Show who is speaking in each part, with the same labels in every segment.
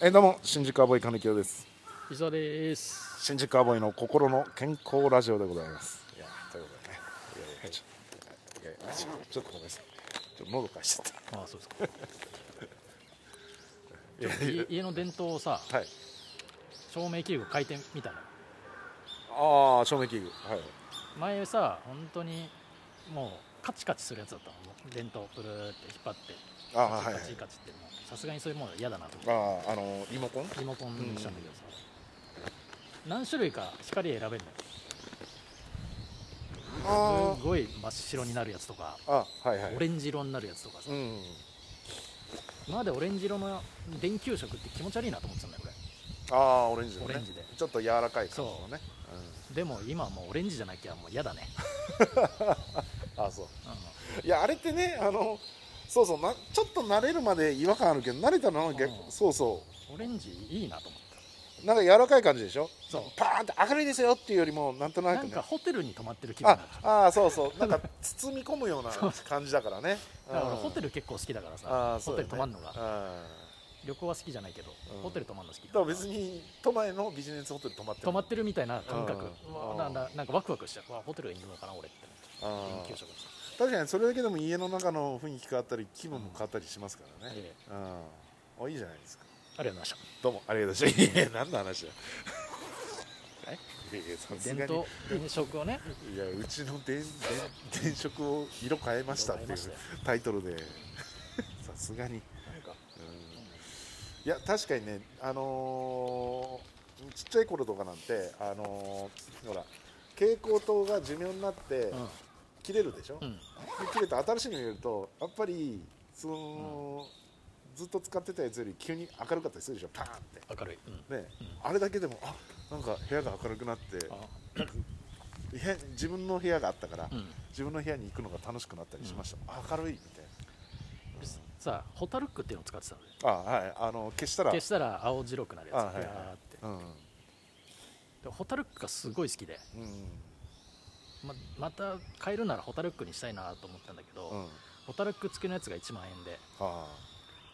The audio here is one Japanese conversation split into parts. Speaker 1: えーどうも新宿アボイ金城です
Speaker 2: 伊沢です。
Speaker 1: 新宿アボイの心の健康ラジオでございますいやーということでねいやいやちょいやいやちょちょっとごめんなさいちょっと喉かしちゃっ
Speaker 2: ああ、そうですか。 ちょっと家家の伝統をさ、
Speaker 1: たはい
Speaker 2: 照明器具変えてみたの。
Speaker 1: ああ照明器具はい
Speaker 2: 前さ、本当にもうカチカチするやつだったの。もう伝統をプルーって引っ張って、
Speaker 1: ああはい
Speaker 2: カ
Speaker 1: はい
Speaker 2: チカチカチってもうさすがにそういうものは嫌だなと思って。
Speaker 1: あああのリモコン
Speaker 2: リモコンにしたんだけどさ、何種類か光選べるのよ。
Speaker 1: あ
Speaker 2: すごい真っ白になるやつとか、
Speaker 1: ああはいはい
Speaker 2: オレンジ色になるやつとかさ
Speaker 1: う。ん
Speaker 2: 今までオレンジ色の電球色って気持ち悪いなと思ってたんだよ、俺。
Speaker 1: ああオレンジのね
Speaker 2: オレンジで
Speaker 1: ちょっと柔らかい感じのね
Speaker 2: でも今はもうオレンジじゃなきゃもう 嫌だね。
Speaker 1: うんああそう
Speaker 2: うん
Speaker 1: いやあれってねあのそうそうなちょっと慣れるまで違和感あるけど慣れたのは逆
Speaker 2: うん
Speaker 1: そうそ
Speaker 2: オレンジいいなと思った
Speaker 1: うなんか柔らかい感じでしょ
Speaker 2: そう
Speaker 1: パーンって明るいですよっていうよりもなんとな
Speaker 2: な
Speaker 1: く
Speaker 2: ん
Speaker 1: ね
Speaker 2: かホテルに泊まってる気分に
Speaker 1: あ
Speaker 2: なっちゃ
Speaker 1: あーそうそうなんか包み込むような
Speaker 2: そう
Speaker 1: 感じだからね
Speaker 2: うだから俺ホテ
Speaker 1: ル
Speaker 2: ル結構好きだから
Speaker 1: あ
Speaker 2: さ
Speaker 1: ーそ
Speaker 2: ホ
Speaker 1: うだ
Speaker 2: テル
Speaker 1: よね
Speaker 2: 泊まるのが
Speaker 1: だ
Speaker 2: 旅行は好きじゃないけど
Speaker 1: うん
Speaker 2: ホテル泊まるの好きだ
Speaker 1: から別に都内のビジネスホテル泊まってる
Speaker 2: 泊まってるみたいな感
Speaker 1: う
Speaker 2: 覚
Speaker 1: ん
Speaker 2: うわなんだなんかワクワクしちゃううわホテルがいるのかな俺って
Speaker 1: あ
Speaker 2: 電
Speaker 1: ー
Speaker 2: 球色です
Speaker 1: 確かにそれだけでも家の中の雰囲気変わったり気分も変わったりしますからね、
Speaker 2: ええ
Speaker 1: うんあいいじゃないですか
Speaker 2: ありがとうございました
Speaker 1: どうもありがとうございましたいや何の話だ
Speaker 2: え
Speaker 1: いやいやさすが
Speaker 2: 伝
Speaker 1: に
Speaker 2: 統飲食をね
Speaker 1: いやうちの電 電電飾を色変えましたっていう
Speaker 2: 色変えましたよ
Speaker 1: タイトルで さすがに、うん
Speaker 2: なんか
Speaker 1: いや確かにねあのーちっちゃい頃とかなんてあのーほら蛍光灯が寿命になって、切れるでしょ、
Speaker 2: う
Speaker 1: で
Speaker 2: んうん
Speaker 1: 切れて新しいの入れるとやっぱりその、ずっと使ってたやつより急に明るかったりするでしょパーンって
Speaker 2: 明るいうん
Speaker 1: ね、
Speaker 2: う
Speaker 1: あれだけでもあなんか部屋が明るくなって
Speaker 2: あ
Speaker 1: 部屋自分の部屋があったから、
Speaker 2: うん
Speaker 1: 自分の部屋に行くのが楽しくなったりしました、明るいみたい
Speaker 2: さあホタルックっていうのを使ってたのね
Speaker 1: なあはいあの消したら
Speaker 2: 消したら青白くなるや
Speaker 1: あ
Speaker 2: つ
Speaker 1: はい
Speaker 2: ビャーって
Speaker 1: うんうん
Speaker 2: でホタルックがすごい好きでままた買えるならホタルックにしたいなと思ったんだけど、
Speaker 1: うん
Speaker 2: ホタルック付きのやつが1万円で
Speaker 1: あ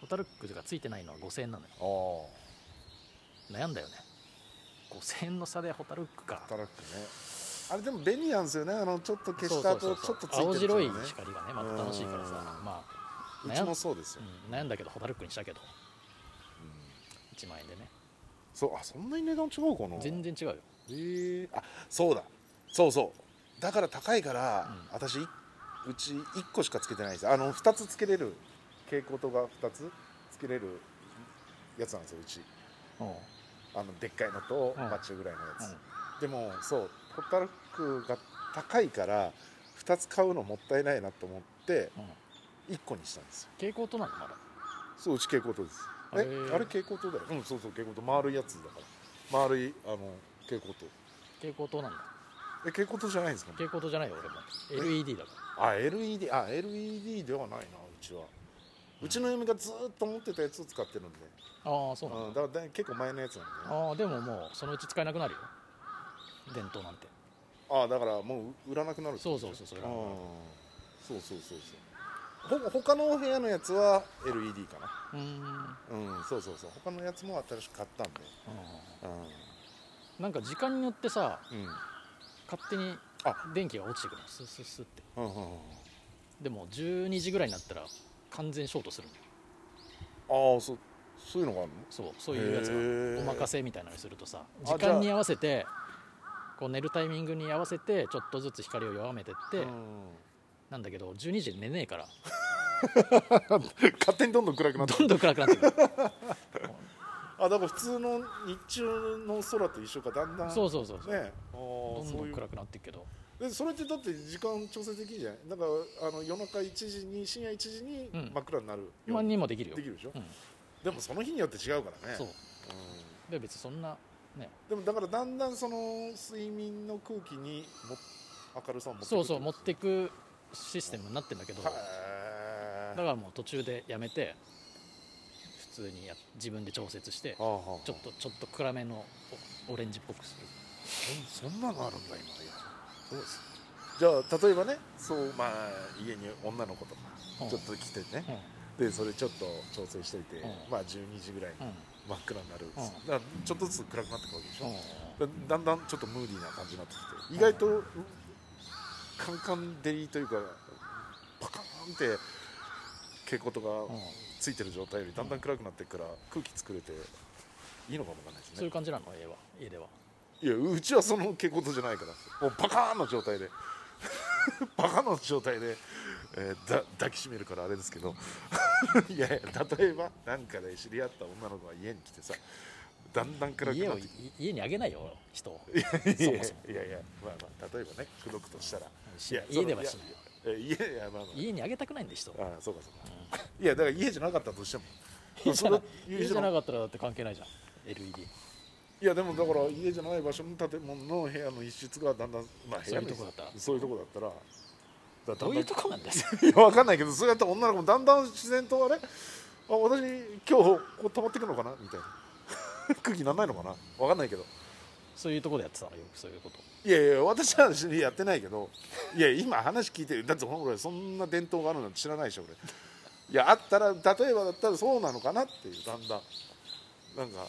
Speaker 2: ホタルックが付いてないのは5000円なのよ
Speaker 1: あお
Speaker 2: 悩んだよね5000円の差でホタルックか
Speaker 1: 働くねあれでも便利なんですよねあのちょっと消した後
Speaker 2: そうそう
Speaker 1: ちょ
Speaker 2: そう
Speaker 1: っとつい
Speaker 2: 青
Speaker 1: てる
Speaker 2: 白
Speaker 1: や
Speaker 2: い
Speaker 1: つね
Speaker 2: 光がねまた楽しいからさ
Speaker 1: うん
Speaker 2: まあ
Speaker 1: うち
Speaker 2: 悩
Speaker 1: も
Speaker 2: ん,、
Speaker 1: そうですよ、
Speaker 2: うん、悩んだけどホタルックにしたけど
Speaker 1: うん
Speaker 2: 1万円でね
Speaker 1: そうあそんなに値段違うかな
Speaker 2: 全然違うよ
Speaker 1: えあそうだそうそうだから高いから、
Speaker 2: うん
Speaker 1: 私いうち1個しかつけてないですあの2つつけれる蛍光灯が2つつけれるやつなんですようち
Speaker 2: うん
Speaker 1: あのでっかいのと
Speaker 2: うん
Speaker 1: バッチぐらいのやつ、でもそうホタルクが高いから2つ買うのもったいないなと思って
Speaker 2: うん
Speaker 1: 1個にしたんですよ
Speaker 2: 蛍光灯なのまだ
Speaker 1: そううち蛍光灯ですえ
Speaker 2: あ
Speaker 1: あれ
Speaker 2: れ
Speaker 1: 蛍光灯だようんそうそう蛍光灯丸いやつだから丸いあの蛍光灯
Speaker 2: 蛍光灯なんだ
Speaker 1: え蛍光灯じゃないんですか
Speaker 2: 蛍光灯じゃないよ俺も LED だか
Speaker 1: あ LED あ LED ではないなうちはうちの嫁がずーっと持ってたやつを使ってるんで、
Speaker 2: らああそうなん
Speaker 1: うん、
Speaker 2: だ
Speaker 1: だからだ結構前のやつなんで、ね、
Speaker 2: ああでももうそのうち使えなくなるよ伝統なんて
Speaker 1: ああだからもう売らなくなるってこと
Speaker 2: そうそうそうそう
Speaker 1: で
Speaker 2: 売
Speaker 1: しょうんそ
Speaker 2: らなくなる
Speaker 1: うそうそうそうほ他のお部屋のやつは LED かな
Speaker 2: うーん
Speaker 1: うんそうそうそう他のやつも新しく買ったんで
Speaker 2: なんか時間によってさ
Speaker 1: うんうん
Speaker 2: 勝手に
Speaker 1: あ
Speaker 2: 電気が落ちてくるのスッスッスッって
Speaker 1: うんうんうん
Speaker 2: でも12時ぐらいになったら完全ショートするの
Speaker 1: ああそうそういうのがあるの
Speaker 2: そうそういうやつ
Speaker 1: へ
Speaker 2: が
Speaker 1: ー
Speaker 2: お任せみたいなのにするとさ
Speaker 1: じゃ
Speaker 2: 時
Speaker 1: あ
Speaker 2: 間に合わせてこう寝るタイミングに合わせてちょっとずつ光を弱めてって、なんだけど12時に寝ねえから
Speaker 1: うん勝手にどんどん暗くなってく
Speaker 2: どん
Speaker 1: る
Speaker 2: どん暗くなってくる
Speaker 1: あだから普通の日中の空と一緒かだんだん
Speaker 2: そうそうそうそう、
Speaker 1: ねあ
Speaker 2: ど
Speaker 1: ー
Speaker 2: ん
Speaker 1: そ
Speaker 2: ど
Speaker 1: うい
Speaker 2: ん
Speaker 1: う
Speaker 2: 暗くなってくけど
Speaker 1: でそれってだって時間調整できるじゃないだからあの夜中1時に深夜1時に
Speaker 2: うん
Speaker 1: 真っ暗になるよう
Speaker 2: 今にもできるよ
Speaker 1: できるでしょ、
Speaker 2: うん
Speaker 1: でもその日によって違うからね
Speaker 2: そう
Speaker 1: う
Speaker 2: で別にそんなん
Speaker 1: でもだからだんだんその睡眠の空気にも明るさを持ってくる
Speaker 2: そうそう持ってくシステムになってんだけど、
Speaker 1: へ
Speaker 2: だか
Speaker 1: ー
Speaker 2: らもう途中でやめて普通にや自分で調節して
Speaker 1: ああはあ
Speaker 2: ちょっとちょっと暗めのおオレンジっぽくする
Speaker 1: そんそんなのあるんだ今いやそうですじゃあ例えばねそうまあ家に女の子とか
Speaker 2: うん
Speaker 1: ちょっと来てね、
Speaker 2: う
Speaker 1: でそれちょっと調整しておいて、
Speaker 2: うん
Speaker 1: まあ12時ぐらいに
Speaker 2: うん
Speaker 1: 真っ暗になる、
Speaker 2: うん
Speaker 1: だからちょっとずつ暗くなってくるわけでしょ、
Speaker 2: う
Speaker 1: だだんだんちょっとムーディーな感じになってきて意外と、うカンカン照りというかパカーンって蛍光灯
Speaker 2: んう
Speaker 1: が
Speaker 2: ん
Speaker 1: ついてる状態よりだんだん暗くなってくから空気作れていいのかもわかんないです
Speaker 2: そうい
Speaker 1: ね
Speaker 2: う感じなの家は家ではい
Speaker 1: やうちはその蛍光灯じゃないからもうパカーンの状態で パカーンの状態で、えーだ抱きしめるからあれですけど いやいや例えばなんかで知り合った女の子が家に来てさだんだん暗く
Speaker 2: 家
Speaker 1: なっ
Speaker 2: を
Speaker 1: てきて
Speaker 2: い家にあげないよ 人を
Speaker 1: いや
Speaker 2: そ
Speaker 1: い
Speaker 2: も
Speaker 1: や
Speaker 2: そも
Speaker 1: いやいやまあまあ例えばね口説くとしたら
Speaker 2: し
Speaker 1: いや
Speaker 2: 家ではしない
Speaker 1: そのいやいやいやまあま
Speaker 2: 家にあげたくないんで人 を
Speaker 1: あああそうかそうか、いやだから家じゃなかったとしても
Speaker 2: 家じゃな
Speaker 1: それ
Speaker 2: 家じゃなかったらだって関係ないじゃん LED
Speaker 1: いやでもだから家じゃない場所の建物の部屋の一室がだんだんまあ部
Speaker 2: そう
Speaker 1: 屋
Speaker 2: い
Speaker 1: の
Speaker 2: うとこだったら
Speaker 1: そういうとこだったらだから
Speaker 2: どういう
Speaker 1: だんだ
Speaker 2: とこ なんですか
Speaker 1: んいやわかんないけどそうやって女の子もだんだん自然とあれあ私今日こう溜まってくのかなみたいな 空気なんないのかなわかんないけど
Speaker 2: そういうとこでやってたのよくそういうこと
Speaker 1: いやいや私はやってないけどいや今話聞いてるだって俺そんな伝統があるなんて知らないでしょ俺いやあったら例えばだったらそうなのかなっていうだんだんなんか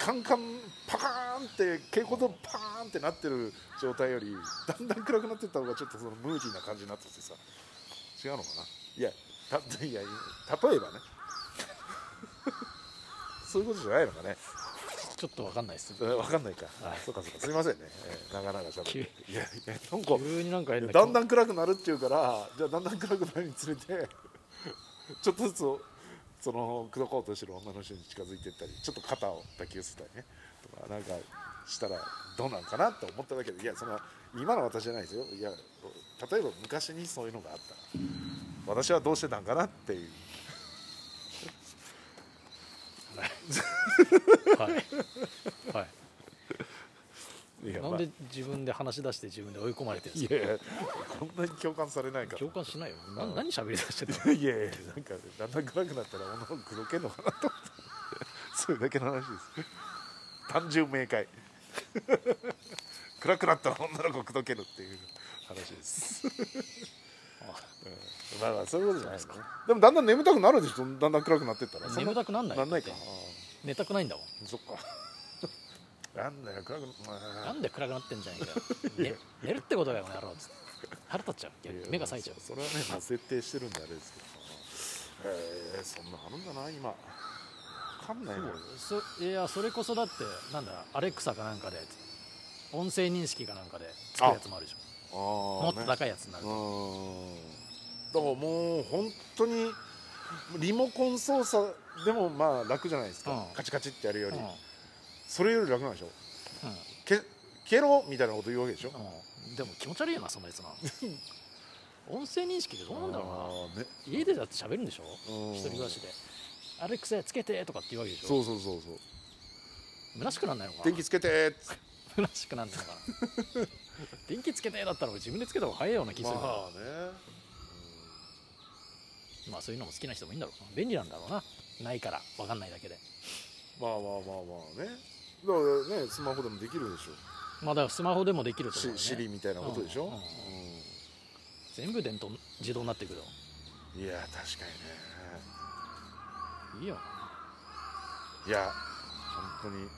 Speaker 1: カンカンパカーンって蛍光灯パーンってなってる状態よりだんだん暗くなってった方がちょっとそのムーディーな感じになっててさ違うのかないやたいや例えばね そういうことじゃないのかね
Speaker 2: ちょっとわかんないっす
Speaker 1: わかんないか。
Speaker 2: はい
Speaker 1: そうかそうか。すみませんね。えー長々しゃべって。
Speaker 2: 急
Speaker 1: いやいやなんか
Speaker 2: 急になんか変な
Speaker 1: だんだん暗くなるっていうから、じゃあだんだん暗くなるにつれて、 ちょっとずつその口説こうとしてる女の人に近づいていったり、ちょっと肩を抱き寄せたりねとかなんかしたらどうなんかなと思っただけで、いやその今の私じゃないですよ。いや例えば昔にそういうのがあったら、私はどうしてたんかなっていう。
Speaker 2: はいはい
Speaker 1: や
Speaker 2: なんで自分で話し出して自分で追い込まれてるん
Speaker 1: い
Speaker 2: です
Speaker 1: やいやこんなに共感されないか。
Speaker 2: から共感しないよな
Speaker 1: うん
Speaker 2: 何喋り出して る
Speaker 1: いやいやなんかだんだん暗くなったら女の子口説けんのかなと思ってそれだけの話です単純明快 暗くなったら女の子口説けるっていう話です、うんまあまあそういうことじゃないですかでもだんだん眠たくなるでしょだんだん暗くなってったらそん
Speaker 2: 眠たくなんない
Speaker 1: なんないか
Speaker 2: だって寝たくないんだもん
Speaker 1: ああそっかなんだよ暗くな
Speaker 2: な
Speaker 1: あ
Speaker 2: んで暗くなってんじゃねえかよ、 ね、寝るってことだよこの野郎つって腹立っちゃう
Speaker 1: あ
Speaker 2: 逆に目が冴えちゃう
Speaker 1: そそれはね、まあ、設定してるんであれですけどえー、そんなあるんだな今わかんないな
Speaker 2: そうそいやそれこそだってなんだアレクサかなんかで音声認識かなんかでつくやつもあるでしょ
Speaker 1: あ
Speaker 2: も
Speaker 1: も
Speaker 2: っと高いやつになる
Speaker 1: うーんだからもう本当にリモコン操作でもまあ楽じゃないですか、
Speaker 2: うん
Speaker 1: カチカチってやるよ
Speaker 2: うん
Speaker 1: り、
Speaker 2: うん
Speaker 1: それより楽なんでしょけ消えろみたいなこと言うわけでしょ、
Speaker 2: うんでも気持ち悪いよなそのや つな音声認識でどうなんだろ
Speaker 1: あーね
Speaker 2: うな家でだって喋るんでしょ
Speaker 1: うん
Speaker 2: 一人暮らしでアレクサつけてとかって言うわけでし
Speaker 1: そ
Speaker 2: ょ
Speaker 1: うそうそうそう
Speaker 2: 虚しくなんないのかな
Speaker 1: 電気つけてーっつって
Speaker 2: 虚しくなんないのか な電気つけてだったら俺自分でつけた方が早いような気す
Speaker 1: ま
Speaker 2: るな
Speaker 1: あね
Speaker 2: まあそういうのも好きな人もいいんだろうな便利なんだろうなないから分かんないだけで
Speaker 1: まあまあまあまあねだからねスマホでもできるでしょ
Speaker 2: まあだからスマホでもできると思う、ね、
Speaker 1: しシリみたいなことでしょ、
Speaker 2: うんうん全部電動自動になっていくよ
Speaker 1: うんいや確かにね
Speaker 2: いいよ
Speaker 1: いや本当にい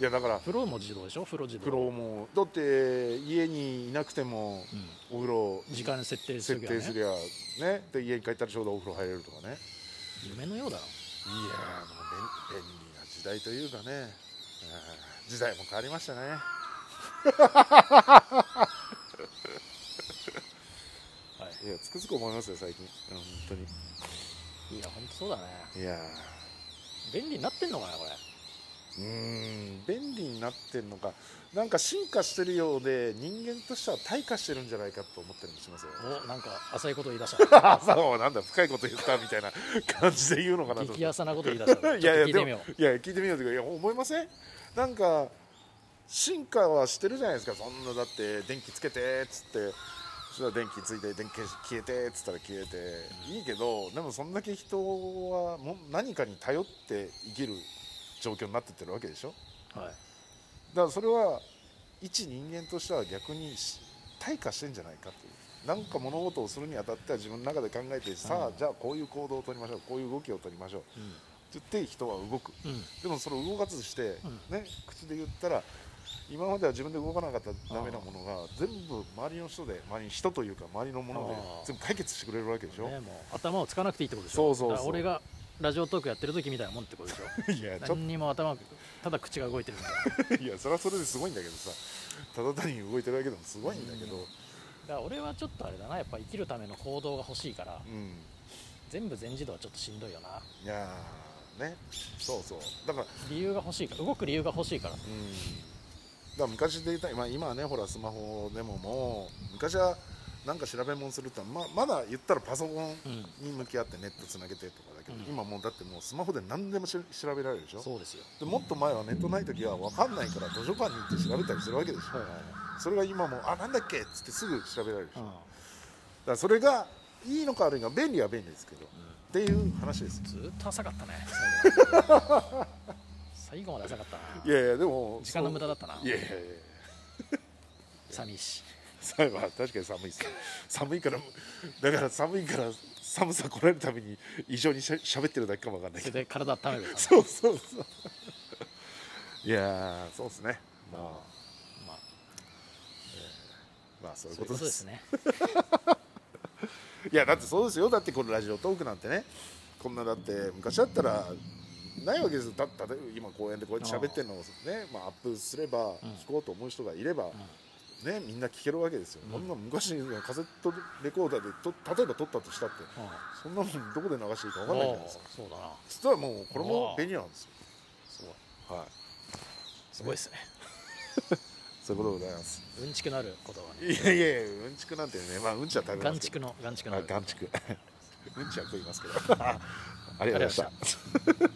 Speaker 1: やだから
Speaker 2: 風呂も自動でしょ風呂自動
Speaker 1: 風呂もだって家にいなくても
Speaker 2: うん
Speaker 1: お風呂
Speaker 2: 時間設定す
Speaker 1: 設
Speaker 2: るから
Speaker 1: 定
Speaker 2: ね
Speaker 1: すりゃねで家に帰ったらちょうどお風呂入れるとかねいや
Speaker 2: 夢のようだ
Speaker 1: ー
Speaker 2: な
Speaker 1: もう便便利な時代というかねうん時代も変わりましたねいやつくづく思いますよ最近うん本当に
Speaker 2: いや本当そうだね
Speaker 1: いや
Speaker 2: 便利になってんのかなこれ
Speaker 1: ーうーん便利になってるのかなんか進化してるようで人間としては退化してるんじゃないかと思ってるんしますよ
Speaker 2: おなんか浅いこと言い出した
Speaker 1: 朝はなんだ深いこと言ったみたいな感じで言うのかなと思って
Speaker 2: 激浅なこと言い出し た
Speaker 1: いやいや
Speaker 2: ちょっと聞いてみよう
Speaker 1: いや聞いてみようというかいや思いませんなんか進化はしてるじゃないですかそんなだって電気つけてっつってそしたら電気ついて電気消えてっつったら消えていいけどでもそんだけ人はもう何かに頼って生きる状況になってってるわけでしょ
Speaker 2: はい
Speaker 1: だからそれは一人間としては逆にし退化してんじゃないかっていうなんか物事をするにあたっては自分の中で考えてさあじゃあこういう行動を取りましょうこういう動きを取りましょうって言って人は動く
Speaker 2: うんうん
Speaker 1: でもそれを動かずして、ね、口で言ったら今までは自分で動かなかったダメなものが全部周りの人で周り人というか周りのもので
Speaker 2: あー
Speaker 1: 全部解決してくれるわけでしょ、
Speaker 2: ね、もう頭をつかなくていいってことでしょ
Speaker 1: そうそうそう
Speaker 2: だから俺がラジオトークやってる時みたいなもんってことでし
Speaker 1: い
Speaker 2: ょ
Speaker 1: やちょっ
Speaker 2: 何にも頭ただ口が動いてるんだだか
Speaker 1: といやそれはそれですごいんだけどさただ単に動いてるだけでもすごいんだけど、
Speaker 2: ら俺はちょっとあれだなやっぱ生きるための行動が欲しいから
Speaker 1: うん
Speaker 2: 全部全自動はちょっとしんどいよない
Speaker 1: やーねそうそうだから
Speaker 2: 理由が欲しいから動く理由が欲しいから
Speaker 1: うんだから昔で言ったら、まあ、今はねほらスマホでももう昔はなんか調べ物するってのはままだ言ったらパソコン
Speaker 2: うん
Speaker 1: に向き合ってネットつなげてとかだけど、
Speaker 2: うん
Speaker 1: 今もうだってもうスマホで何でもし調べられるでしょ
Speaker 2: そうですよ
Speaker 1: でもっと前はネットない時は分かんないから図書館に行って調べたりするわけでしょ、
Speaker 2: はいはいは
Speaker 1: それが今もうあなんだっけっつってすぐ調べられるでしょ、
Speaker 2: い、う
Speaker 1: だ
Speaker 2: ん
Speaker 1: からそれがいいのか悪いのか便利は便利ですけどっていう話です
Speaker 2: ずーっと浅かっ たね最後まで浅かったない
Speaker 1: やいやでも
Speaker 2: 時間の無駄だったな
Speaker 1: そういやいやいや
Speaker 2: 寂しい
Speaker 1: さ まあ確かに寒いです寒いからだから寒いから寒さこらえるために異常にしゃ喋ってるだけかもわかんない
Speaker 2: それ
Speaker 1: けど
Speaker 2: で体温めるから
Speaker 1: そうそうそう いやーそうですねまあ
Speaker 2: まあ
Speaker 1: まあそういう
Speaker 2: そうい
Speaker 1: こと
Speaker 2: う
Speaker 1: で
Speaker 2: こと
Speaker 1: す
Speaker 2: ですね
Speaker 1: いやだってそうですよだってこのラジオトークなんてねこんなだって昔だったらないわけですよだだって今公園でこうやって喋ってるのをねまあ、アップすれば
Speaker 2: うん
Speaker 1: 聞こうと思う人がいれば、ねみんな聞けるわけですよ、
Speaker 2: うん
Speaker 1: こんな昔のカセットレコーダーでと例えば撮ったとしたって
Speaker 2: うん
Speaker 1: そんなもんどこで流していいか分かんないじゃないですか
Speaker 2: そうだな
Speaker 1: そしたらもうこれも便利なんです
Speaker 2: すごい
Speaker 1: よはい
Speaker 2: すごいですね
Speaker 1: そういうことでございます
Speaker 2: うんちくなることはね
Speaker 1: いやいやいやうんちくなんてねまあうんちは食べま
Speaker 2: ガン
Speaker 1: す
Speaker 2: チ
Speaker 1: けど
Speaker 2: クのガンチクの
Speaker 1: あガンチクうんちは食いますけどありがとうございました